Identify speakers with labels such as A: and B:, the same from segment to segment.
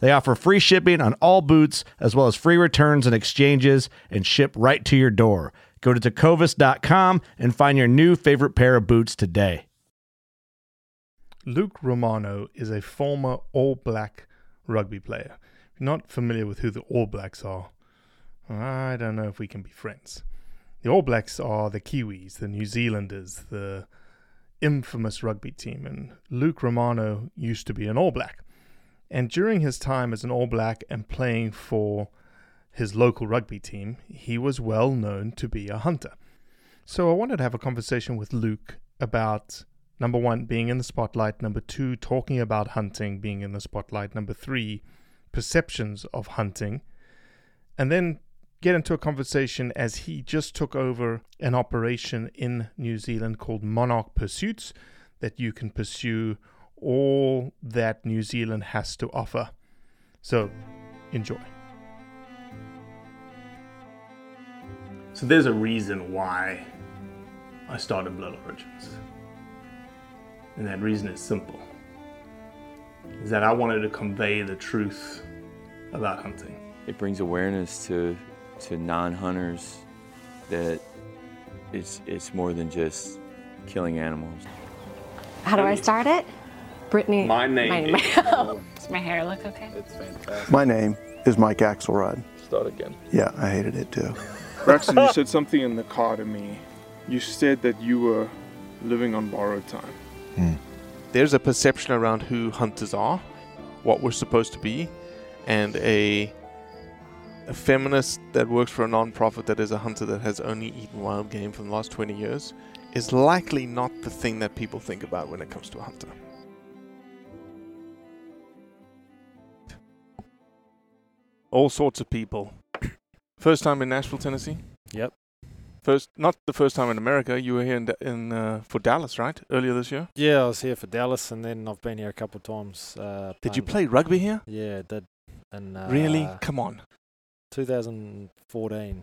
A: They offer free shipping on all boots, as well as free returns and exchanges, and ship right to your door. Go to tecovas.com and find your new favorite pair of boots today.
B: Luke Romano is a former All Black rugby player. If you're not familiar with who the All Blacks are, I don't know if we can be friends. The All Blacks are the Kiwis, the New Zealanders, the infamous rugby team, and Luke Romano used to be an All Black. And during his time as an All Black and playing for his local rugby team, he was well known to be a hunter. So I wanted to have a conversation with Luke about number one, being in the spotlight, number two, talking about hunting being in the spotlight, number three, perceptions of hunting, and then get into a conversation as he just took over an operation in New Zealand called Monarch Pursuits that you can pursue all that New Zealand has to offer. So enjoy.
C: So there's a reason why I started Blood Origins. And that reason is simple. Is that I wanted to convey the truth about hunting.
D: it brings awareness to to non-hunters that it's it's more than just killing animals.
E: How do I start it? Brittany.
F: My name
E: My,
F: is-
E: does my hair look okay?
F: It's fantastic.
G: My name is Mike Axelrod.
F: Start again.
G: Yeah, I hated it too.
H: Braxton, you said something in the car to me. You said that you were living on borrowed time. Hmm.
B: there's a perception around who hunters are, what we're supposed to be, and a, a feminist that works for a non-profit that is a hunter that has only eaten wild game for the last 20 years is likely not the thing that people think about when it comes to a hunter. All sorts of people. First time in Nashville, Tennessee.
I: Yep.
B: First, not the first time in America. You were here in, Da- in uh, for Dallas, right? Earlier this year.
I: Yeah, I was here for Dallas, and then I've been here a couple of times. Uh,
B: Did you play
I: playing-
B: rugby here?
I: Yeah, I did. In, uh,
B: Really? Come on.
I: 2014,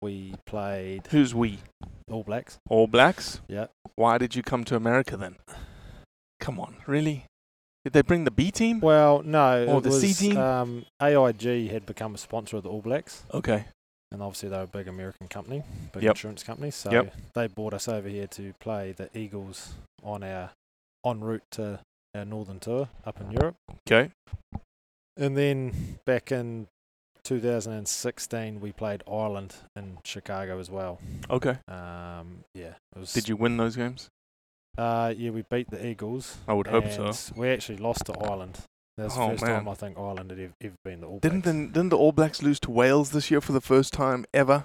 I: we played
B: Who's we?
I: All Blacks.
B: All blacks?
I: Yeah.
B: Why did you come to America then? Come on, really? Did they bring the B team?
I: Well, no,
B: Oh,
I: it
B: Hmm. the
I: was,
B: C team?
I: Um, AIG had become a sponsor of the All Blacks,
B: Okay.
I: and obviously they're a big American company, big
B: Yep.
I: insurance company. So
B: Yep.
I: they brought us over here to play the Eagles on our en route to our northern tour up in Europe.
B: Okay.
I: And then back in 2016, we played Ireland in Chicago as well.
B: Okay.
I: Um, yeah, it was.
B: Did you win those games?
I: Uh, yeah, we beat the Eagles.
B: I would hope so.
I: and We actually lost to Ireland. That was
B: Oh,
I: the first time
B: man.
I: I think Ireland had ever, ever been the All
B: Didn't the,
I: Blacks.
B: didn't the All Blacks lose to Wales this year for the first time ever?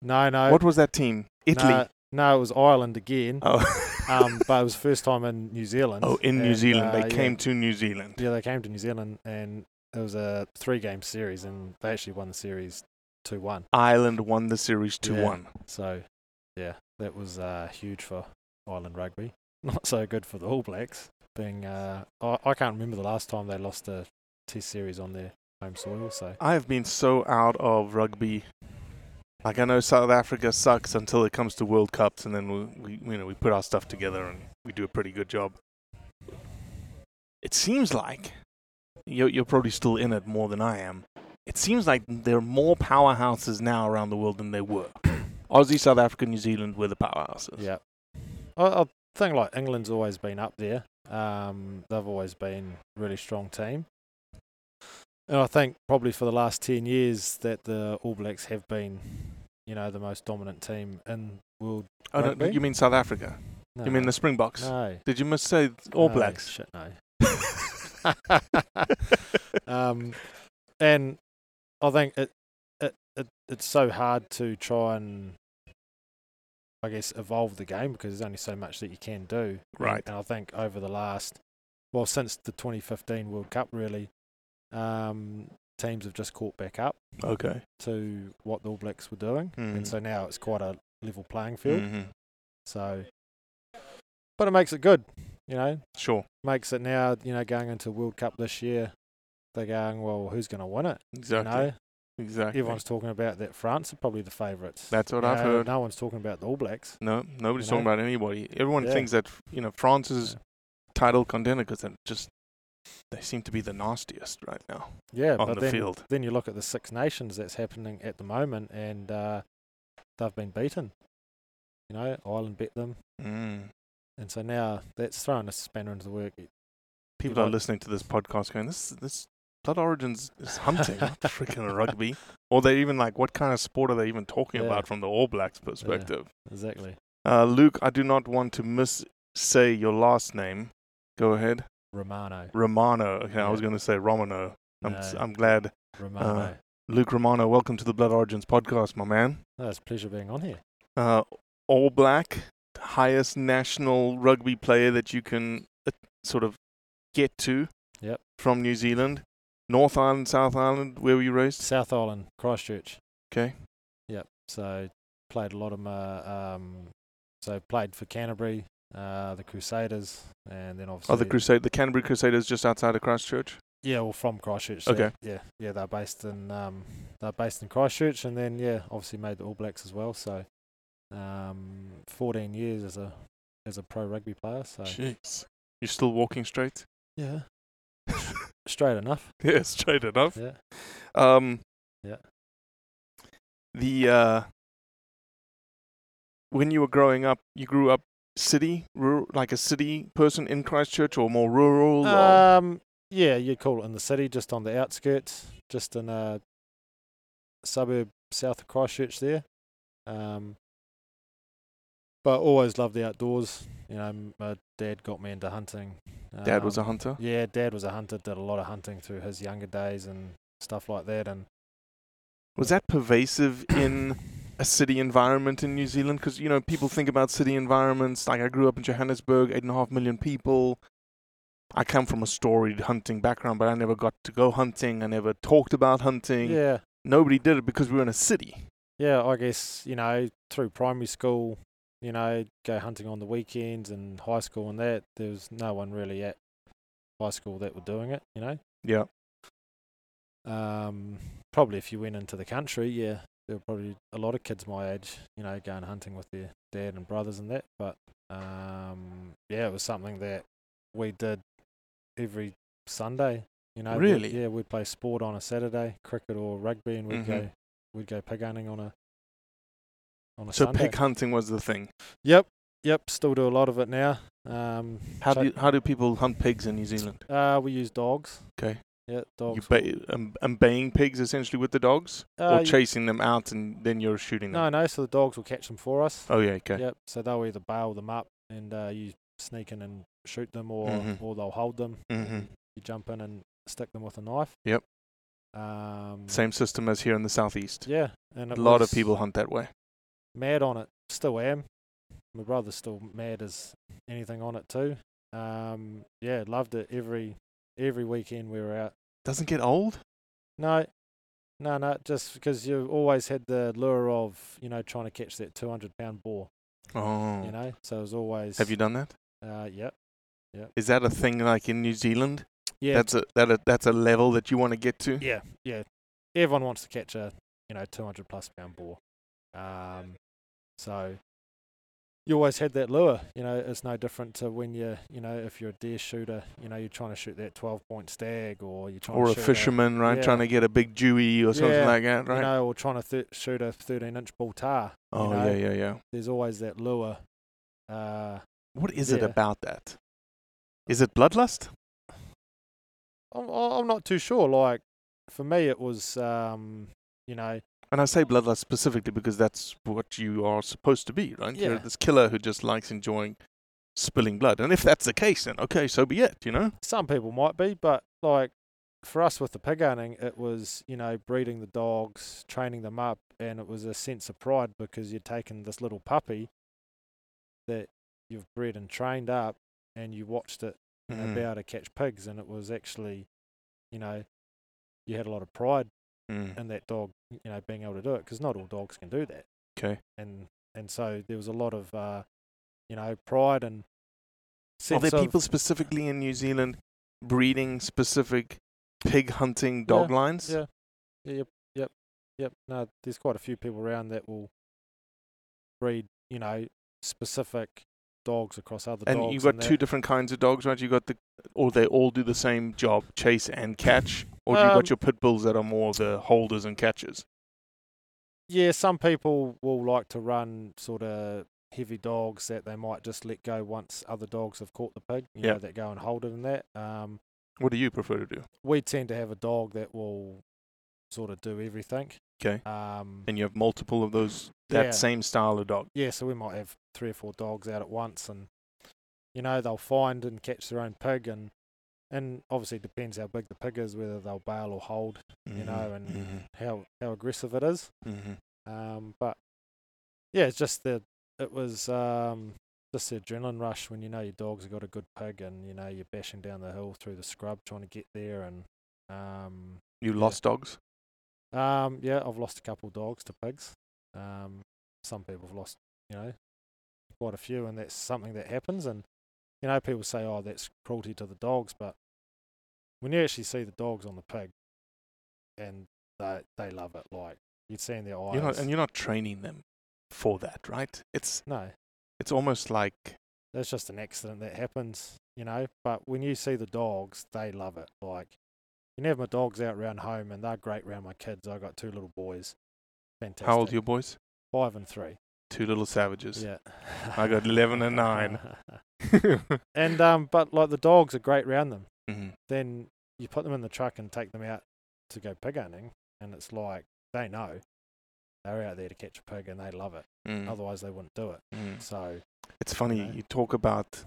I: no, no.
B: what was that team? Italy.
I: No, no, it was Ireland again.
B: Oh.
I: Um, but it was the first time in New Zealand.
B: oh, in New
I: and,
B: Zealand.
I: uh,
B: They
I: yeah,
B: came to New Zealand.
I: Yeah, they came to New Zealand, and it was a three-game series, and they actually won the series two-one.
B: Ireland won the series 2
I: Yeah.
B: 1.
I: So, yeah, that was uh, huge for Ireland rugby. Not so good for the All Blacks. Being, uh, I, I can't remember the last time they lost a Test series on their home soil. So
B: I have been so out of rugby
H: Like I know South Africa sucks until it comes to World Cups, and then we, we you know we put our stuff together and we do a pretty good job. It seems like you're, you're probably still in it more than I am. It seems like there are more powerhouses now around the world than there were. Aussie, South Africa, New Zealand were the powerhouses.
I: Yeah. I, I think like England's always been up there. Um, they've always been a really strong team. And I think probably for the last 10 years that the All Blacks have been, you know, the most dominant team in world.
H: Oh, no,
I: Rugby?
H: you mean South Africa?
I: No,
H: You mean the Springboks?
I: No. Uh,
H: Did you miss say All
I: no,
H: Blacks?
I: Shit, no. um, and I think it, it it it's so hard to try and I guess evolve the game because there's only so much that you can do.
H: Right.
I: And I think over the last well since the 2015 World Cup really, um, teams have just caught back up
H: Okay.
I: to what the All Blacks were doing,
H: Mhm.
I: and so now it's quite a level playing field.
H: hmm
I: So, but it makes it good, you know
H: Sure.
I: makes it now, you know, going into World Cup this year, they're going, well, who's going to win it? You
H: Exactly.
I: know,
H: Exactly.
I: everyone's talking about that France are probably the favourites.
H: That's what
I: You
H: I've
I: know,
H: heard.
I: No one's talking about the All Blacks.
H: No, nobody's
I: You
H: talking
I: know?
H: about anybody. Everyone
I: Yeah.
H: thinks that you know France is title contender because they're just they seem to be the nastiest right now
I: Yeah,
H: on
I: but
H: the
I: then,
H: field.
I: then you look at the Six Nations that's happening at the moment, and uh, they've been beaten. You know, Ireland beat them,
H: Mm.
I: and so now that's thrown a spanner into the work.
H: People
I: You
H: are
I: like-
H: listening to this podcast going, "This this Blood Origins is hunting, not freaking rugby." Or they're even like, "What kind of sport are they even talking
I: Yeah.
H: about from the All Blacks perspective?"
I: Exactly.
H: Uh, Luke, I do not want to miss say your last name. Go ahead,
I: Romano.
H: Romano. Okay, I
I: Yeah.
H: was going to say Romano. I'm s-
I: No.
H: I'm uh, glad,
I: Romano.
H: Luke Romano. Welcome to the Blood Origins podcast, my man.
I: no, it's a pleasure being on here.
H: uh, All Black, highest national rugby player that you can uh, sort of get to
I: Yep.
H: from New Zealand. North Island, South Island, where were you raised?
I: South Island, Christchurch.
H: Okay.
I: Yep. So played a lot of my um, so played for Canterbury, uh, the Crusaders, and then obviously
H: Oh, the Crusade, the Canterbury Crusaders, just outside of Christchurch.
I: yeah, well from Christchurch. so
H: Okay.
I: Yeah, yeah, they're based in um, they're based in Christchurch, and then yeah, obviously made the All Blacks as well. So um, 14 years as a as a pro rugby player. So
H: Jeez, you're still walking straight.
I: yeah, straight enough.
H: yeah, straight enough.
I: Yeah.
H: Um,
I: Yeah.
H: The uh, when you were growing up, you grew up city, rural, like a city person in Christchurch, or more rural. or-
I: Um, yeah, you'd call it in the city, just on the outskirts, just in a suburb south of Christchurch there. Um, but always loved the outdoors. You know, m- my dad got me into hunting.
H: Dad was a
I: Um,
H: hunter.
I: Yeah, dad was a hunter. Did a lot of hunting through his younger days and stuff like that. And
H: Was that pervasive in a city environment in New Zealand? Because, you know, people think about city environments. Like, I grew up in Johannesburg, eight and a half million people. I come from a storied hunting background, but I never got to go hunting. I never talked about hunting.
I: yeah,
H: Nobody did it because we were in a city.
I: yeah. I guess you know through primary school, you know, go hunting on the weekends and high school and that. There was no one really at high school that were doing it. You know.
H: Yeah.
I: Um, probably if you went into the country, yeah, there were probably a lot of kids my age, you know, going hunting with their dad and brothers and that. But um, yeah, it was something that we did every Sunday. You know, we-
H: Really?
I: yeah, we'd play sport on a Saturday, cricket or rugby, and we'd
H: Mhm.
I: go we'd go pig hunting on a on a
H: So
I: Sunday.
H: pig hunting was the thing.
I: Yep, yep. Still do a lot of it now. Um,
H: How
I: so-
H: do you, how do people hunt pigs in New Zealand?
I: uh, we use dogs.
H: Okay.
I: Yeah,
H: You
I: dogs.
H: ba- um, um, baying pigs essentially with the dogs,
I: Uh,
H: or
I: you-
H: chasing them out and then you're shooting them.
I: no, no. So the dogs will catch them for us.
H: Oh yeah, okay.
I: Yep. So they'll either bail them up and uh, you sneak in and shoot them, or
H: Mhm.
I: or they'll hold them.
H: hmm
I: You jump in and stick them with a knife.
H: Yep.
I: Um,
H: Same system as here in the southeast.
I: Yeah, and
H: A
I: it
H: lot of
I: was
H: people hunt that way.
I: mad on it. Still am. My brother's still mad as anything on it too. Um, yeah, loved it every every weekend we were out.
H: Doesn't get old.
I: No, no, no. Just because you always had the lure of you know trying to catch that two hundred pound boar.
H: Oh.
I: You know, so it was always.
H: Have you done that?
I: Uh, yep.
H: Is that a thing like in New Zealand?
I: Yeah.
H: That's a that a, that's a level that you want to get to.
I: Yeah, yeah. Everyone wants to catch a you know 200 plus pound boar. Um, so you always had that lure. You know, it's no different to when you, you know, if you're a deer shooter, you know, you're trying to shoot that 12 point stag or you're trying
H: Or
I: to
H: a
I: shoot
H: fisherman, right?
I: yeah.
H: Trying to get a big dewey or something
I: Yeah,
H: like that, right?
I: You know, or trying to th- shoot a 13 inch bull tar. you
H: oh,
I: know,
H: yeah, yeah, yeah.
I: There's always that lure. Uh,
H: What is it
I: Yeah.
H: about that? Is it bloodlust?
I: I'm, I'm not too sure. Like, for me, it was, um, you know,
H: And I say bloodlust specifically because that's what you are supposed to be, right? You're
I: Yeah.
H: this killer who just likes enjoying spilling blood. And if that's the case, then okay, so be it, you know?
I: some people might be, but like for us with the pig hunting, it was you know breeding the dogs, training them up, and it was a sense of pride because you're taking this little puppy that you've bred and trained up, and you watched it you
H: Mm-hmm.
I: know, be able to catch pigs, and it was actually, you know, you had a lot of pride
H: Mm.
I: in that dog, you know, being able to do it because not all dogs can do that
H: Okay.
I: and and so there was a lot of uh, you know pride and
H: Are
I: sense
H: there
I: of-
H: people specifically in New Zealand breeding specific pig hunting dog lines?
I: yeah yeah, yep yep yep no there's quite a few people around that will breed you know specific dogs across other
H: And
I: dogs
H: you've got
I: and
H: two
I: that.
H: different kinds of dogs, right? You got the, or they all do the same job, chase and catch, or you
I: Um,
H: got your pit bulls that are more the holders and catchers.
I: yeah some people will like to run sort of heavy dogs that they might just let go once other dogs have caught the pig you
H: Yeah.
I: know that go and hold it and that um
H: What do you prefer to do?
I: we tend to have a dog that will sort of do everything
H: Okay.
I: um
H: And you have multiple of those that
I: Yeah.
H: same style of dog.
I: yeah, so we might have three or four dogs out at once, and you know they'll find and catch their own pig, and and obviously it depends how big the pig is, whether they'll bail or hold, You know, and-
H: Mm-hmm.
I: how how aggressive it is. Um, but yeah, it's just the it was um just the adrenaline rush when you know your dog's got a good pig, and you know you're bashing down the hill through the scrub trying to get there, and um
H: you lost dogs.
I: um yeah, I've lost a couple dogs to pigs. Um, some people have lost, you know, quite a few, and that's something that happens. And you know, people say, "Oh, that's cruelty to the dogs," but when you actually see the dogs on the pig, and they they love it, like you'd see in their eyes.
H: You're not, and you're not training them for that, right? It's
I: no,
H: it's almost like
I: that's just an accident that happens, you know. But when you see the dogs, they love it. Like, you can have my dogs out round home, and they're great round my kids. I got two little boys. Fantastic.
H: how old are your boys?
I: Five and three.
H: Two little savages.
I: Yeah.
H: I got 11 and nine.
I: and um, but like the dogs are great round them.
H: Mhm.
I: Then you put them in the truck and take them out to go pig hunting, and it's like they know they're out there to catch a pig and they love it.
H: Mm.
I: Otherwise, they wouldn't do it.
H: Mm.
I: So
H: It's funny
I: know?
H: you talk about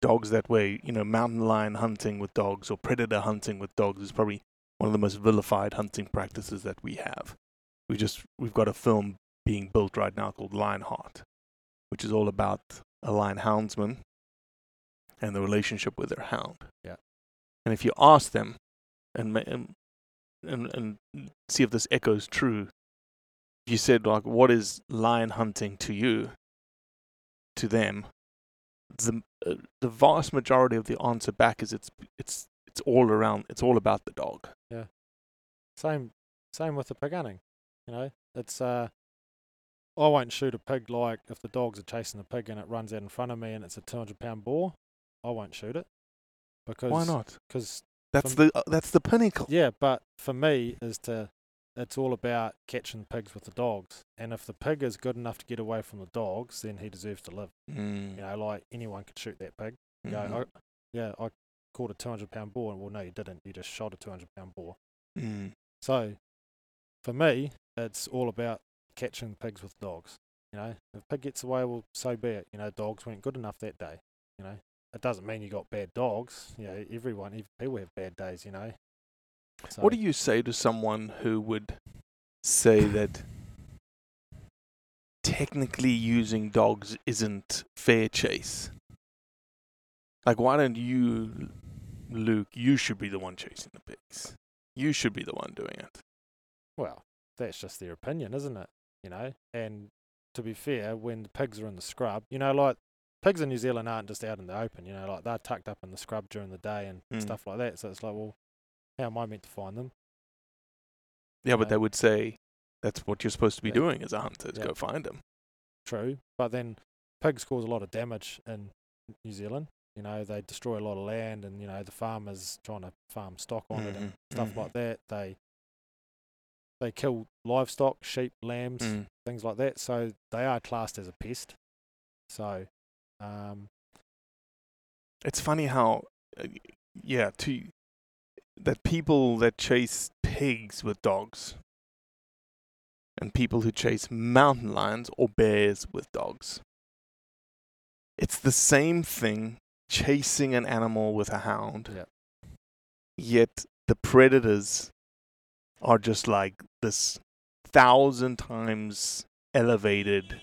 H: dogs that way. You know, mountain lion hunting with dogs or predator hunting with dogs is probably one of the most vilified hunting practices that we have. We just we've got a film being built right now called Lionheart, which is all about a lion houndsman and the relationship with their hound.
I: Yeah.
H: And if you ask them, and ma- and and, and see if this echoes true, if you said like, "What is lion hunting to you?" to them, the uh, the vast majority of the answer back is it's it's it's all around it's all about the dog.
I: same same with the pig hunting. You know, it's uh, I won't shoot a pig like if the dogs are chasing the pig and it runs out in front of me and it's a 200 pound boar, I won't shoot it because
H: Why not?
I: Because
H: That's
I: from-
H: the uh, that's the pinnacle.
I: Yeah, but for me is to it's all about catching pigs with the dogs. And if the pig is good enough to get away from the dogs, then he deserves to live.
H: Mm.
I: You know, like anyone could shoot that pig. Go,
H: Mm-hmm.
I: "Oh, yeah, I caught a two hundred pound boar and well no you didn't, you just shot a two hundred pound boar.
H: Mm.
I: So for me, it's all about catching pigs with dogs. You know, if pig gets away, well so be it. You know, dogs weren't good enough that day. You know. It doesn't mean you got bad dogs. You know, everyone, ev- people have bad days. You know. So,
H: What do you say to someone who would say that technically using dogs isn't fair chase? Like, why don't you, Luke? You should be the one chasing the pigs. You should be the one doing it.
I: Well, that's just their opinion, isn't it? You know, and to be fair, when the pigs are in the scrub, you know, like pigs in New Zealand aren't just out in the open, you know, like they're tucked up in the scrub during the day and
H: Mm.
I: stuff like that. So it's like, well, how am I meant to find them?
H: Yeah, but
I: Right.
H: they would say That's what you're supposed to be
I: Yeah.
H: doing as a hunter: is
I: Yeah.
H: go find them.
I: True, but then pigs cause a lot of damage in New Zealand. You know, they destroy a lot of land, and you know the farmers trying to farm stock on it and
H: Mhm,
I: stuff
H: mhm.
I: like that. They they kill livestock, sheep, lambs, things like that. So they are classed as a pest. So, um,
H: It's funny how, uh, yeah, to that people that chase pigs with dogs, and people who chase mountain lions or bears with dogs. It's the same thing chasing an animal with a hound.
I: Yeah.
H: Yet the predators are just like this thousand times elevated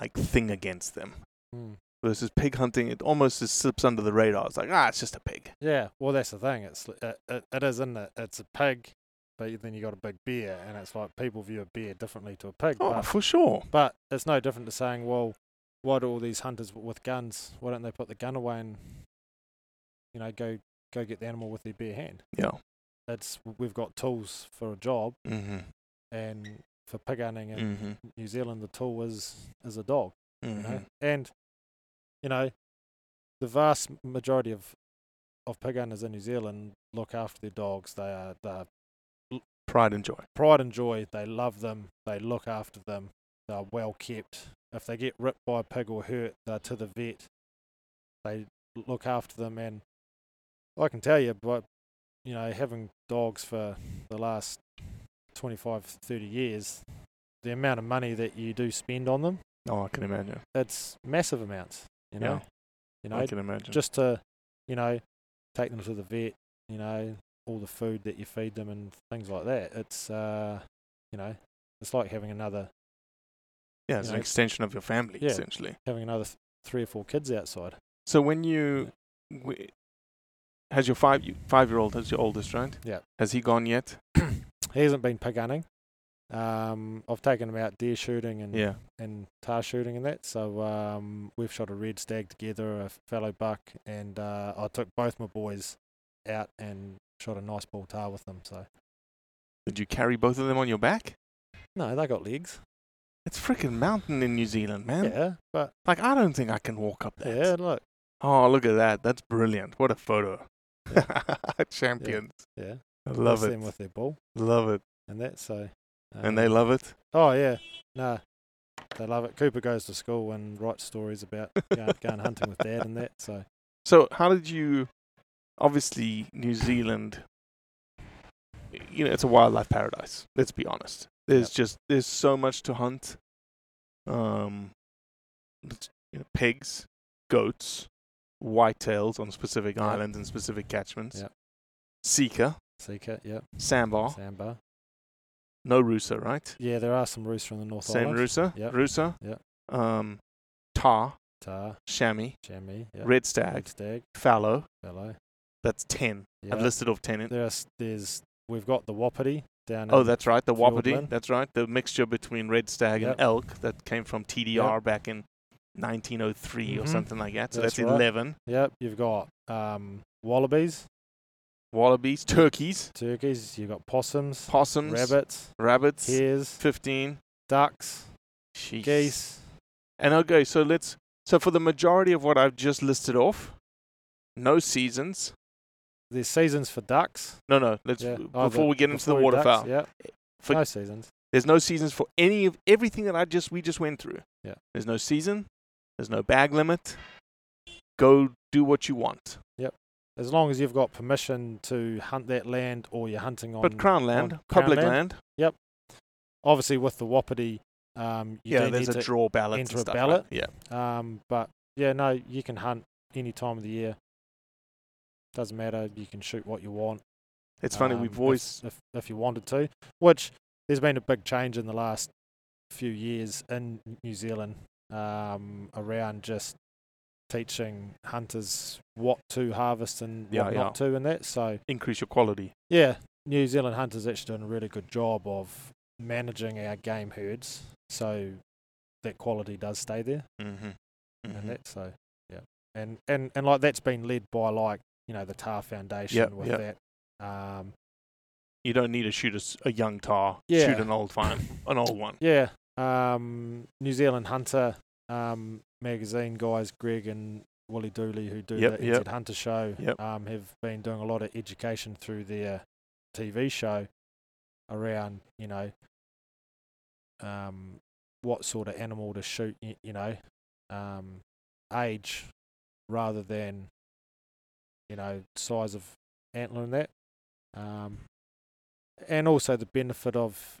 H: like thing against them
I: mm,
H: versus pig hunting, it almost just slips under the radar. It's like, ah, it's just a pig.
I: yeah. Well, that's the thing. It's uh, it, it is in it. It's a pig, but then you got a big bear, and it's like people view a bear differently to a pig.
H: Oh,
I: but
H: for sure.
I: But it's no different to saying, well, why do all these hunters w- with guns? Why don't they put the gun away and you know go go get the animal with their bare hand?
H: Yeah.
I: It's we've got tools for a job,
H: Mm-hmm.
I: and for pig hunting in
H: Mm-hmm.
I: New Zealand, the tool is is a dog. You
H: Mm-hmm.
I: know? And you know, the vast majority of of pig hunters in New Zealand look after their dogs. They are they are
H: Pride and joy.
I: pride and joy. They love them. They look after them. They're well kept. If they get ripped by a pig or hurt, they're to the vet. They look after them, and I can tell you, but you know, having dogs for the last 25, 30 years, the amount of money that you do spend on them,
H: Oh, I can imagine.
I: it's massive amounts. You know,
H: Yeah.
I: you know,
H: I can imagine.
I: just to, you know, take them to the vet, you know, all the food that you feed them and things like that. It's, uh, you know, it's like having another
H: yeah, it's
I: you
H: an
I: know,
H: extension of your family,
I: yeah.
H: essentially.
I: having another th- three or four kids outside.
H: So when you, w- has your five five year old, has your oldest, right?
I: Yeah.
H: Has he gone yet?
I: He hasn't been pig hunting. Um, I've taken him out deer shooting and
H: Yeah.
I: and tar shooting and that. So um, we've shot a red stag together, a fallow buck, and uh, I took both my boys out and shot a nice bull tar with them. So
H: Did you carry both of them on your back?
I: no, they got legs.
H: It's freaking mountain in New Zealand, man.
I: Yeah, but
H: Like I don't think I can walk up that.
I: yeah, look,
H: Oh, look at that. That's brilliant. What a photo. Champions.
I: yeah.
H: I love
I: bless
H: it.
I: them with their ball
H: Love it.
I: and that. So, um,
H: And they love it.
I: Oh yeah, nah, they love it. Cooper goes to school and writes stories about going, going hunting with dad and that. So
H: So, how did you? Obviously, New Zealand. You know, it's a wildlife paradise. Let's be honest. There's
I: Yep.
H: just there's so much to hunt. Um, it's, you know, pigs, goats, whitetails on specific
I: Yep.
H: islands and specific catchments.
I: Yep.
H: Seeker,
I: seeker, yeah,
H: sambar,
I: sandbar.
H: no rooster, right?
I: Yeah, there are some rooster in the North
H: Same
I: Island.
H: rooster,
I: Yep.
H: rooster.
I: Yep.
H: Um, tar,
I: Tar,
H: chamois,
I: chamois, yeah.
H: red
I: Red
H: stag,
I: stag,
H: fallow.
I: fellow.
H: That's ten.
I: Yeah.
H: I've listed off ten. in-
I: There's, there's, we've got the wapiti down.
H: Oh,
I: in-
H: that's right. The
I: Fjord
H: Wapiti.
I: Lynn.
H: That's right. The mixture between red stag
I: Yep.
H: and elk that came from TDR
I: Yep.
H: back in 1903 or
I: Mhm.
H: something like that. So that's,
I: That's right.
H: 11.
I: Yep, you've got um, wallabies,
H: Wallabies, turkeys,
I: turkeys. You've got possums,
H: possums,
I: rabbits,
H: rabbits.
I: hares,
H: 15.
I: ducks,
H: Jeez.
I: geese.
H: And okay, so let's. So for the majority of what I've just listed off, no seasons.
I: There's seasons for ducks.
H: No, no. Let's
I: Yeah. Oh,
H: before
I: the-
H: we get into the
I: before he ducks,
H: waterfowl. Eh,
I: Yeah.
H: For-
I: no seasons.
H: There's no seasons for any of everything that I just we just went through.
I: Yeah.
H: There's no season. There's no bag limit. Go do what you want.
I: As long as you've got permission to hunt that land or you're hunting on.
H: But crown land,
I: on crown
H: public land,
I: land, obviously, with the Wapiti, um, you
H: yeah,
I: do
H: there's
I: need
H: a
I: to,
H: draw ballot.
I: enter
H: and
I: a
H: stuff,
I: ballot.
H: Right? Yeah,
I: Um, but yeah, no, you can hunt any time of the year. Doesn't matter. You can shoot what you want.
H: it's funny.
I: um,
H: we've
I: if-
H: always
I: if, if, you wanted to, which there's been a big change in the last few years in New Zealand um, around just teaching hunters what to harvest and
H: Yeah,
I: what
H: yeah.
I: not to and that. So
H: increased your quality.
I: yeah, New Zealand hunters actually doing a really good job of managing our game herds, so that quality does stay there
H: Mm-hmm.
I: and that. So yeah, and and and like that's been led by like you know the TAR Foundation with
H: yep.
I: that. Um,
H: You don't need to shoot a, s- a young tar. Shoot
I: Yeah.
H: an old one. an old one.
I: Yeah. Um, New Zealand Hunter um, magazine guys, Greg and Wally Dooley, who do
H: Yep,
I: the
H: yep.
I: NZ Hunter show,
H: Yep.
I: um, have been doing a lot of education through their TV show around, you know, um, what sort of animal to shoot, you, you know, um, age rather than, you know, size of antler and that. Um, and also the benefit of,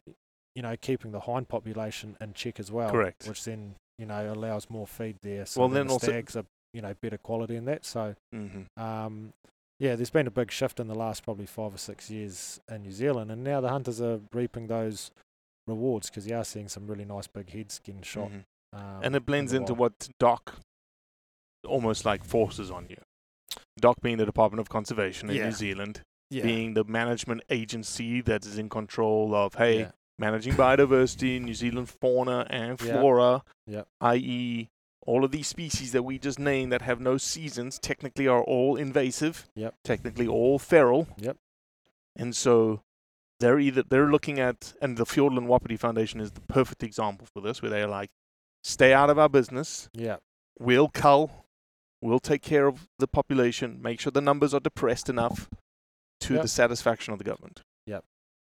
I: you know, keeping the hind population in check as well.
H: Correct.
I: Which then, you know, allows more feed there. So
H: Well,
I: well, then,
H: then
I: the
H: also-
I: stags are, you know, better quality in that. So,
H: Mm-hmm.
I: um, yeah, there's been a big shift in the last probably five or six years in New Zealand, and now the hunters are reaping those rewards because you are seeing some really nice big heads getting shot. Um,
H: Mm-hmm. And
I: in
H: it blends
I: the
H: into
I: wild.
H: what Doc almost like forces on you. Doc being the Department of Conservation in
I: Yeah.
H: New Zealand,
I: yeah.
H: being the management agency that is in control of, hey,
I: yeah,
H: managing biodiversity, New Zealand fauna and
I: Yep.
H: flora,
I: Yep.
H: i.e., all of these species that we just named that have no seasons technically are all invasive,
I: Yep.
H: technically all feral.
I: Yep.
H: And so they're either they're looking at, and the Fiordland Wapiti Foundation is the perfect example for this, where they're like, stay out of our business,
I: yeah,
H: we'll cull, we'll take care of the population, make sure the numbers are depressed enough to
I: Yep.
H: the satisfaction of the government.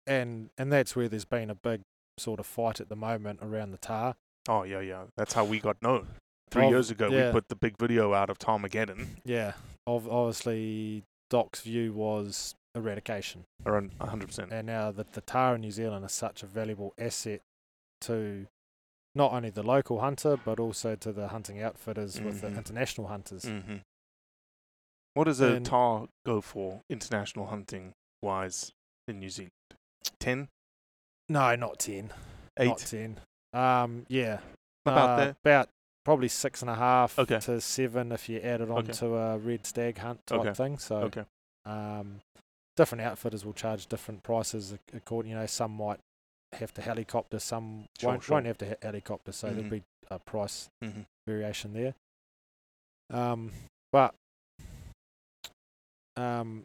I: and and that's where there's been a big sort of fight at the moment around the tar.
H: Oh yeah, yeah. That's how we got known. Three
I: Of-
H: years ago, we
I: yeah.
H: put the big video out of Tarmageddon
I: Yeah, of obviously Doc's view was eradication.
H: around 100. percent
I: And now that the tar in New Zealand is such a valuable asset to not only the local hunter but also to the hunting outfitters with the
H: Mhm.
I: international hunters.
H: Mm-hmm. What does a
I: And-
H: tar go for international hunting wise in New Zealand? 10?
I: No, not ten.
H: 8?
I: Not ten. Um, yeah,
H: About
I: uh,
H: that?
I: About probably six and a half
H: Okay.
I: to seven if you add it on
H: Okay.
I: to a red stag hunt type
H: Okay.
I: thing. So
H: Okay.
I: um, different outfitters will charge different prices. ac- According, you know, some might have to helicopter, some
H: Sure,
I: won't,
H: sure.
I: won't have to he- helicopter. So
H: Mhm.
I: there'll be a price
H: Mm-hmm.
I: variation there. Um, but um,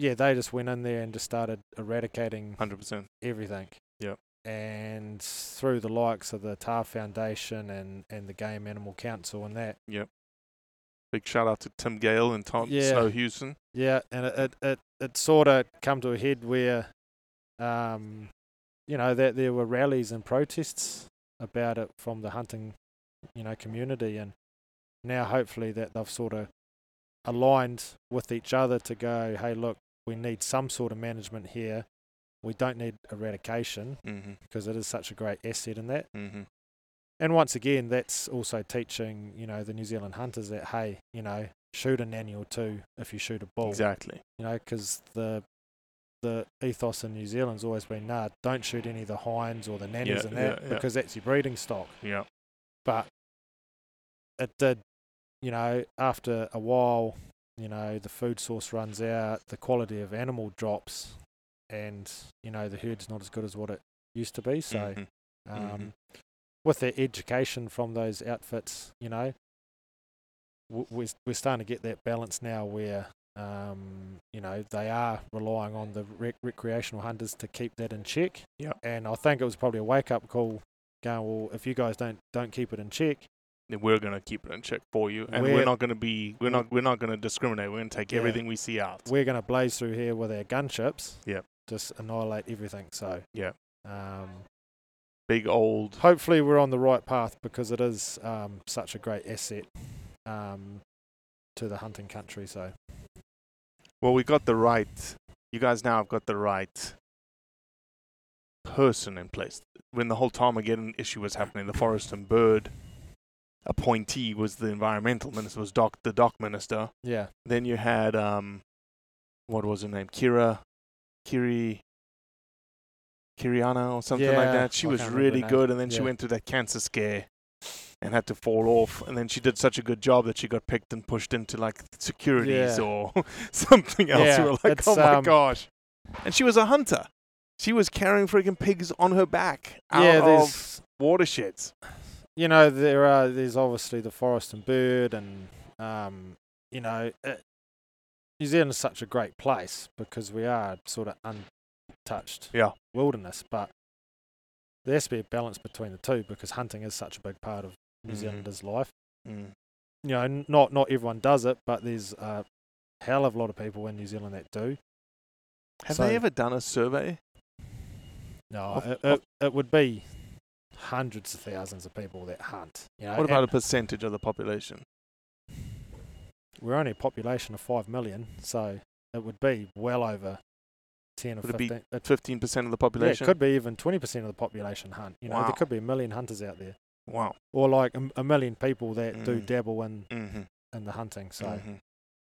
I: yeah, they just went in there and just started eradicating
H: 100%.
I: everything.
H: Yep.
I: And through the likes of the Tar Foundation and, and the Game Animal Council and that.
H: Big shout out to Tim Gale and Tom
I: Yeah.
H: Snow Houston.
I: Yeah, and it it, it, it sort of come to a head where, um, you know, that there were rallies and protests about it from the hunting, you know, community, and now hopefully that they've sort of aligned with each other to go, hey, look, we need some sort of management here. We don't need eradication
H: Mm-hmm.
I: because it is such a great asset in that.
H: Mm-hmm.
I: And once again, that's also teaching, you know, the New Zealand hunters that, hey, you know, shoot an annual too if you shoot a bull
H: Exactly.
I: you know, because the the ethos in New Zealand's always been, nah, don't shoot any of the hinds or the nannies
H: Yeah,
I: and that
H: yeah, yeah.
I: because that's your breeding stock.
H: Yeah.
I: But it did, you know, after a while, you know, the food source runs out, the quality of animal drops, and you know the herd's not as good as what it used to be. So
H: Mhm.
I: um,
H: Mhm.
I: with the education from those outfits, you know, w- we're s- we're starting to get that balance now where um, you know they are relying on the rec- recreational hunters to keep that in check.
H: Yeah.
I: and I think it was probably a wake up call. Going well, if you guys don't don't keep it in check,
H: Then we're gonna keep it in check for you, and we're,
I: We're-
H: not gonna be we're not we're not gonna discriminate. We're gonna take
I: Yeah.
H: everything we see out.
I: we're going to blaze through here with our gunships.
H: Yep.
I: just annihilate everything. So
H: Yeah.
I: Um,
H: Big old
I: hopefully we're on the right path because it is um, such a great asset um, to the hunting country. So
H: Well, we got the right. You guys now have got the right person in place. When the whole Tarmageddon issue was happening, the Forest and Bird appointee was the environmental minister, was doc, the doc minister.
I: yeah,
H: Then you had um, what was her name? Kira, Kiri, Kiriana or something like
I: Yeah,
H: that. She
I: I
H: was
I: can't remember her
H: really
I: name.
H: good, and then she
I: Yeah.
H: went through that cancer scare and had to fall off. And then she did such a good job that she got picked and pushed into like securities
I: Yeah.
H: or something else.
I: Yeah,
H: we were like,
I: it's,
H: oh my
I: um,
H: gosh! And she was a hunter. She was carrying freaking pigs on her back out
I: yeah.
H: of
I: There's
H: watersheds.
I: you know there are there's obviously the forest and bird and um, you know it, New Zealand is such a great place because we are sort of untouched
H: Yeah.
I: wilderness, but there has to be a balance between the two because hunting is such a big part of New
H: Mhm.
I: Zealanders' life.
H: Mm.
I: You know, n- not not everyone does it, but there's a hell of a lot of people in New Zealand that do.
H: Have
I: So-
H: they ever done a survey?
I: No,
H: Of-
I: it,
H: of-
I: it, it would be hundreds of thousands of people that hunt. You know,
H: What about a
I: and
H: percentage of the population?
I: we're only a population of five million, so it would be well over ten or
H: Would it be
I: fifteen. it-
H: Fifteen percent of the
I: yeah, it
H: population.
I: could be even twenty percent of the population hunt. You know,
H: Wow.
I: there could be a million hunters out there,
H: Wow.
I: or like a, m- a million people that do
H: Mm.
I: dabble in
H: Mm-hmm.
I: in the hunting. So,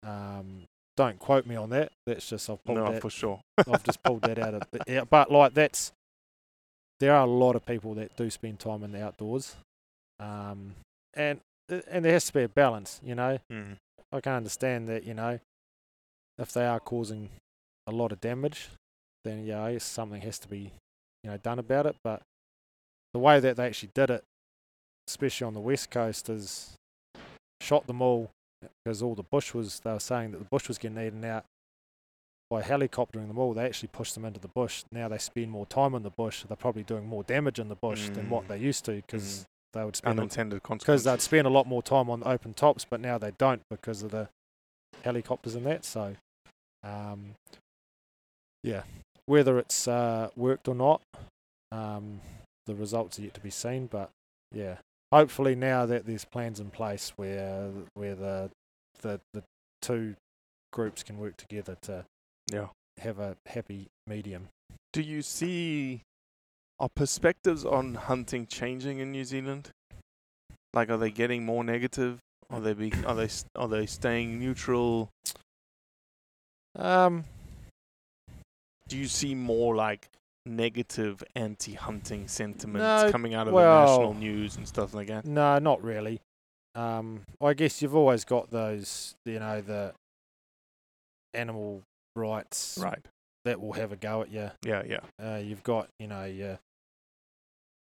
I: um, don't quote me on that. That's just I've pulled
H: No,
I: that.
H: for sure.
I: I've just pulled that out of. The, yeah, but like that's there are a lot of people that do spend time in the outdoors, um, and and there has to be a balance. You know,
H: Mm.
I: I can understand that. You know, if they are causing a lot of damage, then yeah, I guess something has to be you know done about it. But the way that they actually did it, especially on the west coast, is shot them all because all the bush was. They were saying that the bush was getting eaten out by helicoptering them all. They actually pushed them into the bush. Now they spend more time in the bush. They're probably doing more damage in the bush than what
H: Mm.
I: they used to because they would spend a- uh,
H: Unintended
I: because
H: consequences.
I: they'd spend a lot more time on open tops, but now they don't because of the helicopters and that. So, um, yeah, whether it's uh, worked or not, um, the results are yet to be seen. But yeah, hopefully now that there's plans in place where where the the, the two groups can work together to
H: Yeah.
I: have a happy medium.
H: Do you see are perspectives on hunting changing in New Zealand? Like, are they getting more negative? Are they be, are they s- are they staying neutral?
I: Um,
H: Do you see more like negative anti-hunting sentiments
I: No,
H: coming out of
I: well-
H: the national news and stuff like that?
I: No, not really. Um, I guess you've always got those, you know, the animal rights
H: Right.
I: that will have a go at you.
H: Yeah. Yeah.
I: Uh, you've got, you know, your,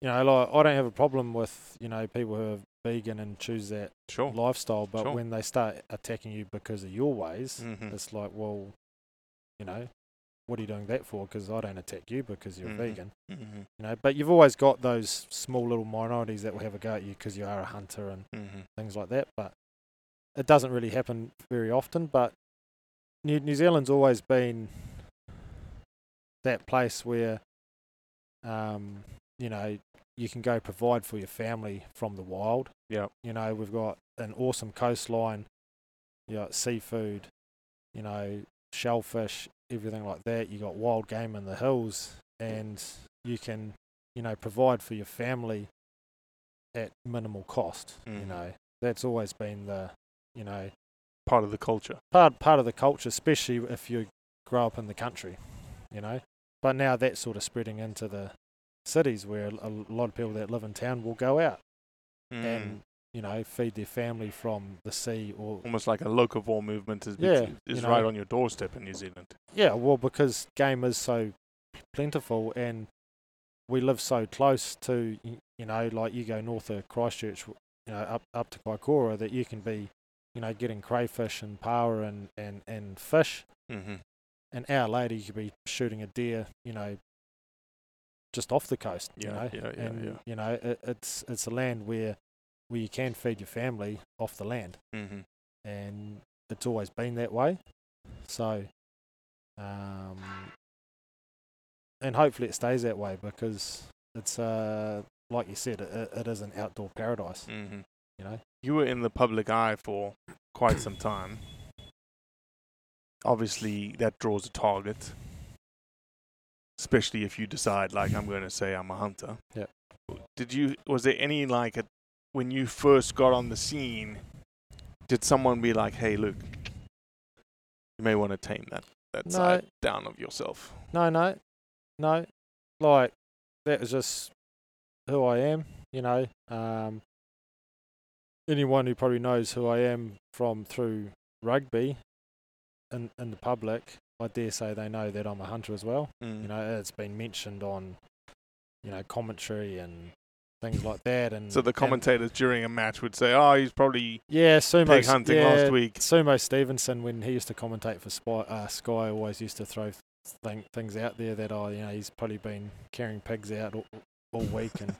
I: you know, like I don't have a problem with, you know, people who are vegan and choose that
H: Sure.
I: lifestyle, but
H: Oh, Sure.
I: when they start attacking you because of your ways,
H: Mhm.
I: it's like, well, you know, what are you doing that for? Because I don't attack you because you're
H: Mhm.
I: vegan
H: Mhm.
I: you know. But you've always got those small little minorities that will have a go at you because you are a hunter and
H: Mhm.
I: things like that. But it doesn't really happen very often. But New, New Zealand's always been that place where, um, you know, you can go provide for your family from the wild.
H: Yeah.
I: You know, we've got an awesome coastline, you got seafood, you know, shellfish, everything like that. You got wild game in the hills, and you can, you know, provide for your family at minimal cost. You
H: Mm.
I: know, that's always been the, you know,
H: Part of the culture.
I: part part of the culture, especially if you grow up in the country, you know. But now that's sort of spreading into the cities where a a lot of people that live in town will go out
H: Mm.
I: and you know feed their family from the sea or
H: Almost like a locavore movement is
I: Yeah,
H: is,
I: you know.
H: right on your doorstep in New Zealand.
I: yeah well because game is so plentiful and we live so close to y- you know like you go north of Christchurch w- you know up up to Kaikoura that you can be you know getting crayfish and power and and and fish
H: Mm-hmm.
I: an hour later you could be shooting a deer, you know, just off the coast. you
H: Yeah,
I: know?
H: yeah, yeah,
I: and,
H: yeah.
I: You know, it, it's it's a land where where you can feed your family off the land,
H: Mm-hmm.
I: and it's always been that way. So, um, and hopefully it stays that way because it's uh like you said, it, it is an outdoor paradise.
H: Mm-hmm.
I: You know,
H: you were in the public eye for quite some time. Obviously, that draws a target, especially if you decide, like, I'm going to say I'm a hunter.
I: Yeah.
H: Did you? Was there any like a, when you first got on the scene? Did someone be like, "Hey, look, you may want to tame that that
I: No.
H: side down of yourself"?
I: no, no, no, like that was just who I am. You know, um, anyone who probably knows who I am from through rugby in, in the public, I dare say they know that
H: Mm.
I: I'm a hunter as well. You know, it's been mentioned on, you know, commentary and things like that. And
H: So the
I: and-
H: commentators during a match would say, "Oh, he's probably
I: yeah, sumo
H: pig hunting
I: yeah,
H: last week."
I: Sumo Stevenson, when he used to commentate for Spy, uh, Sky, always used to throw th- thing, things out there that oh, you know, he's probably been carrying pigs out all, all week and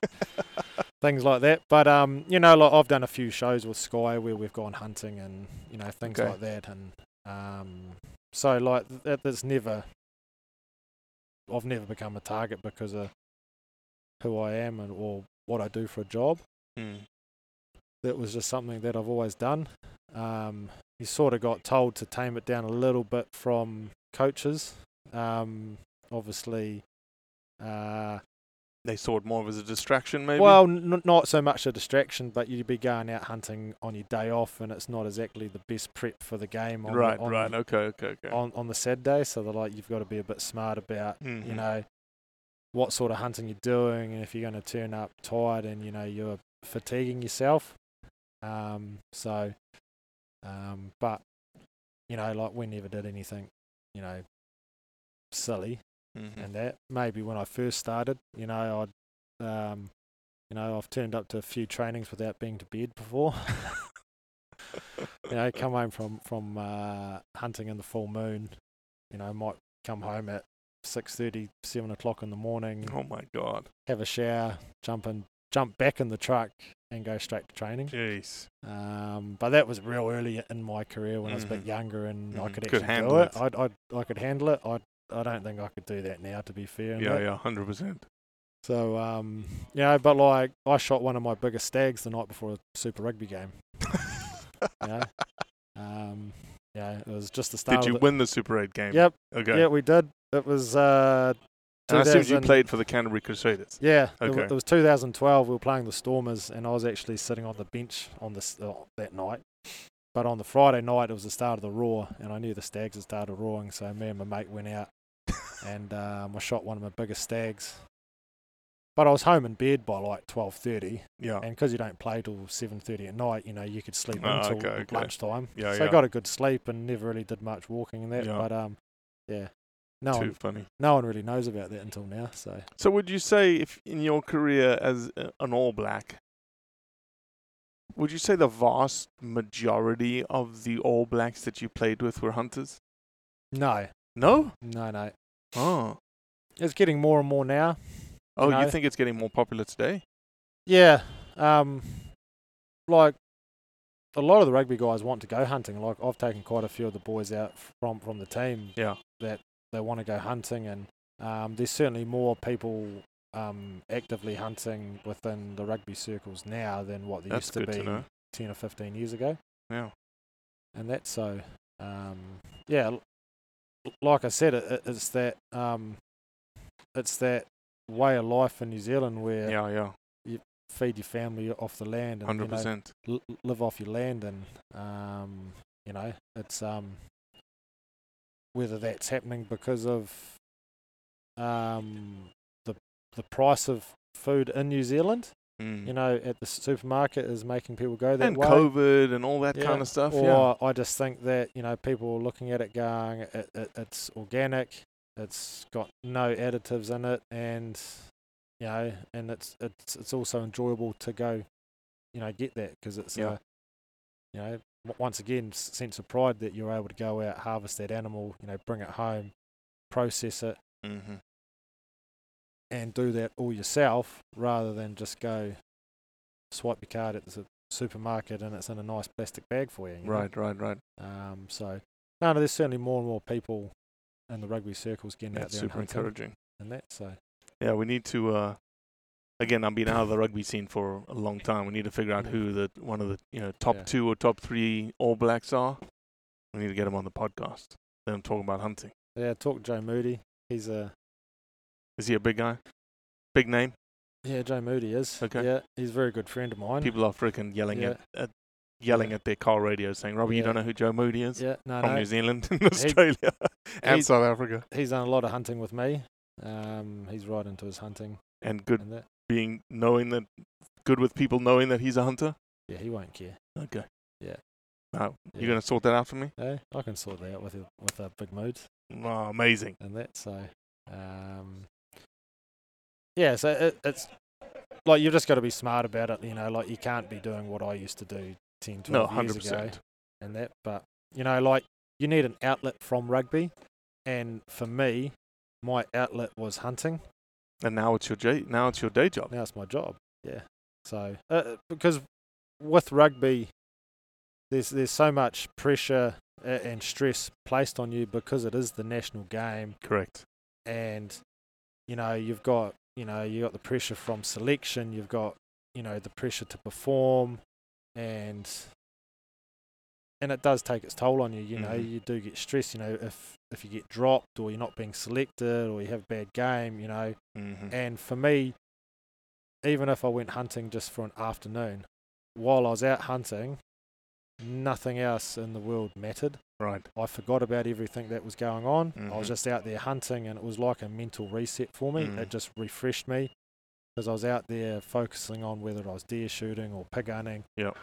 I: things like that. But um, you know, like I've done a few shows with Sky where we've gone hunting and you know things
H: Okay.
I: like that, and um, so like th- that, that's never. I've never become a target because of who I am and or what I do for a job
H: Mm.
I: that was just something that I've always done. Um, you sort of got told to tame it down a little bit from coaches. Um, obviously, uh,
H: They saw it more as a distraction, maybe.
I: well, n- not so much a distraction, but you'd be going out hunting on your day off, and it's not exactly the best prep for the game. On, the-
H: right,
I: on,
H: right, okay, okay, okay.
I: On on the said day, so they're like, you've got to be a bit smart about you
H: Mhm.
I: know what sort of hunting you're doing and if you're going to turn up tired and you know you're fatiguing yourself um so um but you know like we never did anything you know silly
H: Mhm.
I: and that maybe when I first started, you know, I'd, um, you know, I've turned up to a few trainings without being to bed before. you know, come home from from uh, hunting in the full moon, you know, might come home at six thirty, seven o'clock in the morning,
H: Oh my god,
I: have a shower, jump in, jump back in the truck, and go straight to training.
H: jeez.
I: Um, but that was real early in my career when I was a bit
H: Mhm.
I: younger and I
H: Mhm.
I: could
H: Could
I: actually do
H: handle
I: it.
H: it.
I: I'd, I'd, I could handle it. I I don't think I could do that now, to be fair. and
H: Yeah,
I: that.
H: yeah, hundred percent.
I: So um, you know, but like I shot one of my biggest stags the night before a Super Rugby game. you know, um, yeah, it was just the start.
H: Did you
I: of
H: win the Super Eight game?
I: The, yep,
H: Okay.
I: yeah, we did. It was uh,
H: and I assume you
I: 2000
H: played for the Canterbury Crusaders.
I: Yeah, it, wa-
H: Okay.
I: it was 2012. We were playing the Stormers, and I was actually sitting on the bench on this uh, that night. But on the Friday night, it was the start of the roar, and I knew the stags had started roaring. So me and my mate went out, and um, I shot one of my biggest stags. But I was home in bed by like 12:30,
H: Yeah,
I: and because you don't play till 7:30 at night, you know you could sleep
H: Ah,
I: until
H: okay, okay.
I: lunchtime.
H: Yeah,
I: so I
H: yeah.
I: got a good sleep and never really did much walking and that.
H: Yeah.
I: But um, yeah, no
H: too
I: one,
H: funny.
I: no one really knows about that until now. So
H: So, would you say, if in your career as a- an All Black, would you say the vast majority of the All Blacks that you played with were hunters?
I: no,
H: No.
I: no, no.
H: Oh.
I: It's getting more and more now.
H: Oh, you,
I: know?
H: think it's getting more popular today?
I: Yeah. Um, like a lot of the rugby guys want to go hunting. Like I've taken quite a few of the boys out from from the team.
H: Yeah.
I: That they want to go hunting, and um, there's certainly more people um actively hunting within the rugby circles now than what there
H: That's
I: used to
H: good
I: be
H: to know.
I: ten or fifteen years ago.
H: Yeah.
I: and that's so um yeah l- l- like i said it, it, it's that um it's that way of life in new zealand where
H: Yeah, yeah,
I: feed your family off the land and you
H: hundred
I: know,
H: percent.
I: l- live off your land and um you know it's um whether that's happening because of um the the price of food in new zealand
H: Hmm.
I: you know at the supermarket is making people go that
H: Mm. And
I: way
H: COVID and all that
I: Yeah.
H: kind of stuff.
I: or I just think that you know people are looking at it going, it, it, it's organic, it's got no additives in it, and you know, and it's it's it's also enjoyable to go, you know, get that because it's
H: Yeah.
I: a, you know, w- once again s- sense of pride that you're able to go out harvest that animal, you know, bring it home, process it,
H: Yeah. Mm-hmm.
I: and do that all yourself rather than just go swipe your card at the su- supermarket and it's in a nice plastic bag for you. you know?
H: Right, right, right.
I: Um, so, no, no, there's certainly more and more people in the rugby circles getting out
H: That's
I: there
H: super
I: and hunting
H: encouraging.
I: and that. So,
H: Yeah, we need to. Uh, again, I've been out of the rugby scene for a long time. We need to figure out who the one of the you know top
I: Yeah.
H: two or top three All Blacks are. We need to get them on the podcast. Let them talk about hunting.
I: yeah, talk to Joe Moody. He's a
H: Is he a big guy? Big name?
I: yeah, Joe Moody is.
H: Okay.
I: Yeah, he's a very good friend of mine.
H: People are freaking yelling
I: Yeah.
H: at, at yelling
I: Yeah.
H: at their car radio saying, "Robbie, you
I: Yeah.
H: don't know who Joe Moody is
I: yeah, no,
H: from
I: no,
H: New Zealand and Australia and
I: he's-
H: South Africa."
I: he's done a lot of hunting with me. Um, he's right into his hunting
H: And good
I: and that.
H: being knowing that good with people knowing that he's a hunter.
I: Yeah, he won't care.
H: Okay.
I: Yeah.
H: Now
I: Yeah.
H: you're gonna sort that out for me.
I: No, Eh? I can sort that out with a, with a big mood.
H: Oh, amazing.
I: and that. So, um, yeah, so it, it's like you've just got to be smart about it. You know, like you can't be doing what I used to do 10, 12
H: No,
I: years
H: hundred
I: ago
H: percent.
I: and that. But you know, like you need an outlet from rugby, and for me, my outlet was hunting.
H: And now it's your j- now it's your day job.
I: Now it's my job. Yeah. So uh, because with rugby, there's there's so much pressure a- and stress placed on you because it is the national game
H: Correct.
I: and you know you've got you know you got the pressure from selection you've got you know the pressure to perform and and it does take its toll on you you know
H: Mhm.
I: you do get stressed you know if if you get dropped or you're not being selected or you have a bad game you know
H: Mm-hmm.
I: and for me even if I went hunting just for an afternoon while I was out hunting nothing else in the world mattered
H: Right.
I: I forgot about everything that was going on. I
H: Mhm.
I: was just out there hunting, and it was like a mental reset for me.
H: Mm.
I: It just refreshed me because I was out there focusing on whether I was deer shooting or pig hunting.
H: Yep.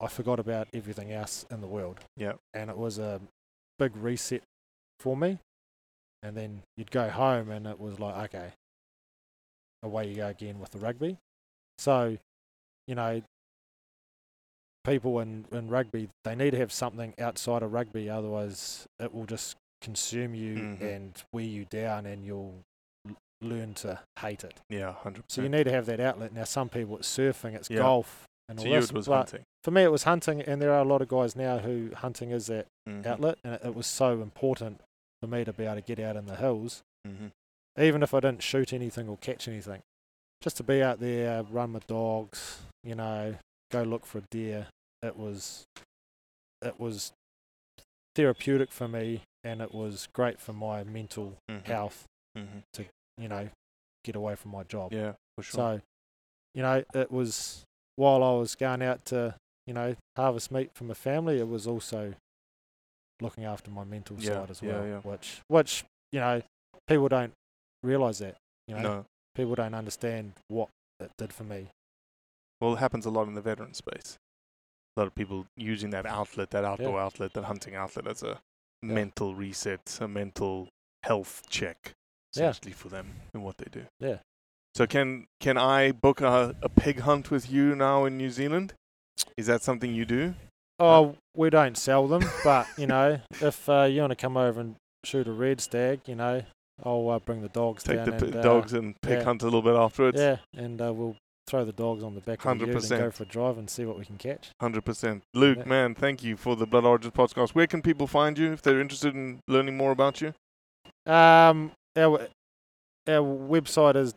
I: I forgot about everything else in the world.
H: Yep.
I: And it was a big reset for me. And then you'd go home, and it was like, okay, away you go again with the rugby. So, you know, people in, in rugby, they need to have something outside of rugby, otherwise it will just consume you
H: Mhm.
I: and wear you down and you'll l- learn to hate it.
H: Yeah. Hundred
I: So you
H: percent.
I: need to have that outlet. Now, some people, it's surfing, it's
H: Yeah.
I: golf, and
H: So
I: all
H: you
I: this.
H: it was
I: but
H: hunting.
I: For me, it was hunting, and there are a lot of guys now who hunting is that
H: Mhm.
I: outlet, and it, it was so important for me to be able to get out in the hills,
H: Mhm.
I: even if I didn't shoot anything or catch anything. Just to be out there, run with dogs, you know, go look for a deer. It was, it was therapeutic for me, and it was great for my mental
H: Mhm.
I: health.
H: Mhm.
I: You know, get away from my job.
H: Yeah. For sure.
I: So, you know, it was while I was going out to, you know, harvest meat for my family, it was also looking after my mental
H: Yeah,
I: side as
H: yeah,
I: well,
H: yeah.
I: which which you know people don't realize that. You know,
H: no.
I: people don't understand what it did for me.
H: Well, it happens a lot in the veteran space. A lot of people using that outlet, that outdoor outlet, that hunting outlet as a
I: Yeah.
H: mental reset, a mental health check,
I: Yeah.
H: essentially for them and what they do.
I: Yeah.
H: So can can I book a, a pig hunt with you now in New Zealand? Is that something you do?
I: Oh, we don't sell them, but you know, if uh, you want to come over and shoot a red stag, you know, I'll uh, bring the dogs
H: Take
I: down
H: the
I: and,
H: p-
I: uh,
H: dogs and pig
I: yeah.
H: hunt a little bit afterwards.
I: Yeah, and uh, we'll throw the dogs on the back of the ute and go
H: 100%.
I: for a drive and see what we can catch.
H: Hundred percent, Luke.
I: Yeah.
H: Man, thank you for the Blood Origins podcast. Where can people find you if they're interested in learning more about you?
I: Um, our, our website is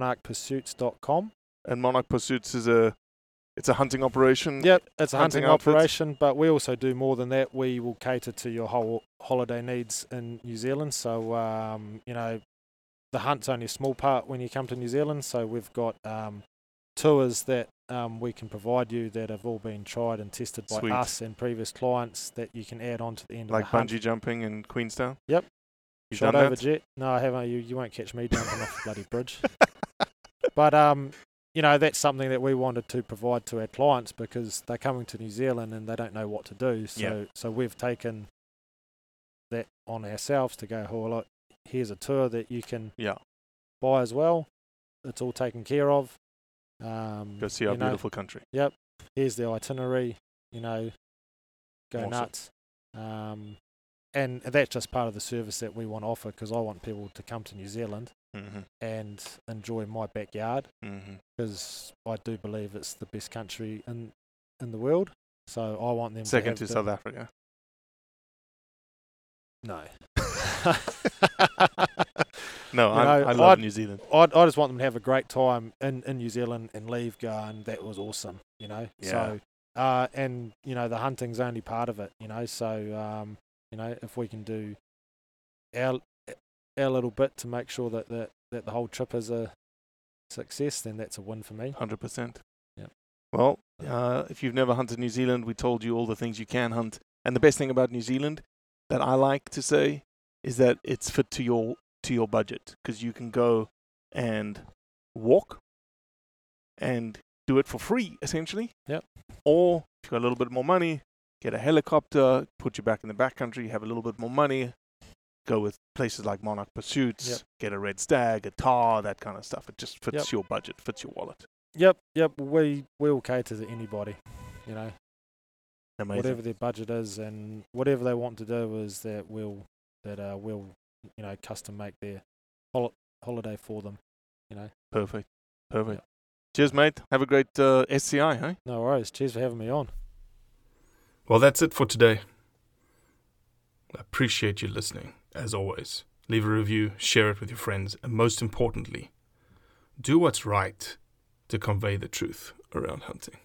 I: www.monarchpursuits.com.
H: And Monarch Pursuits is a it's a hunting operation.
I: Yep, it's a
H: Hunting
I: hunting,
H: outfits.
I: operation, but we also do more than that. We will cater to your whole holiday needs in New Zealand. So, um, you know, the hunt's only a small part when you come to New Zealand. So we've got um, tours that um, we can provide you that have all been tried and tested by
H: Sweet.
I: us and previous clients that you can add on to the end
H: like
I: of the hunt.
H: bungee jumping in Queenstown.
I: Yep.
H: You
I: Shot
H: done
I: over
H: that?
I: jet. No, I haven't. You, you won't catch me jumping off the bloody bridge. But um, you know that's something that we wanted to provide to our clients because they're coming to New Zealand and they don't know what to do. So
H: Yeah.
I: so we've taken that on ourselves to go. Oh, well, look, here's a tour that you can
H: Yeah.
I: buy as well. It's all taken care of. Um,
H: Go see our
I: you know,
H: beautiful country.
I: here's the itinerary, you know, go
H: Awesome.
I: nuts. Um, and that's just part of the service that we want to offer because I want people to come to New Zealand
H: Mm-hmm.
I: and enjoy my backyard
H: Mm-hmm.
I: because I do believe it's the best country in in the world. So I want them
H: Second
I: to,
H: to
I: have
H: South Africa.
I: No,
H: No,
I: You
H: I'm,
I: know,
H: I love
I: I'd-
H: New Zealand.
I: I, I just want them to have a great time in, in New Zealand and leave going, that was awesome, you know? So, uh, and, you know, the hunting's only part of it, you know? So, um, you know, if we can do our, our little bit to make sure that, that, that the whole trip is a success, then that's a win for me.
H: Hundred percent.
I: Yep.
H: Well, uh, if you've never hunted New Zealand, we told you all the things you can hunt. And the best thing about New Zealand that I like to say is that it's fit to your to your budget because you can go and walk and do it for free essentially.
I: Yep.
H: Or if you've got a little bit more money, get a helicopter, put you back in the backcountry, have a little bit more money, go with places like Monarch Pursuits, get a red stag, a tar, that kind of stuff. It just fits
I: Yep.
H: your budget, fits your wallet.
I: Yep, yep. We we'll cater to anybody, you know,
H: Amazing.
I: whatever their budget is and whatever they want to do is that we'll that uh, we'll you know custom make their hol- holiday for them. You know,
H: Perfect. Perfect. Cheers, mate. Have a great uh, SCI, hey?
I: no worries. Cheers for having me on.
F: Well, that's it for today. I appreciate you listening, as always. Leave a review, share it with your friends, and most importantly, do what's right to convey the truth around hunting.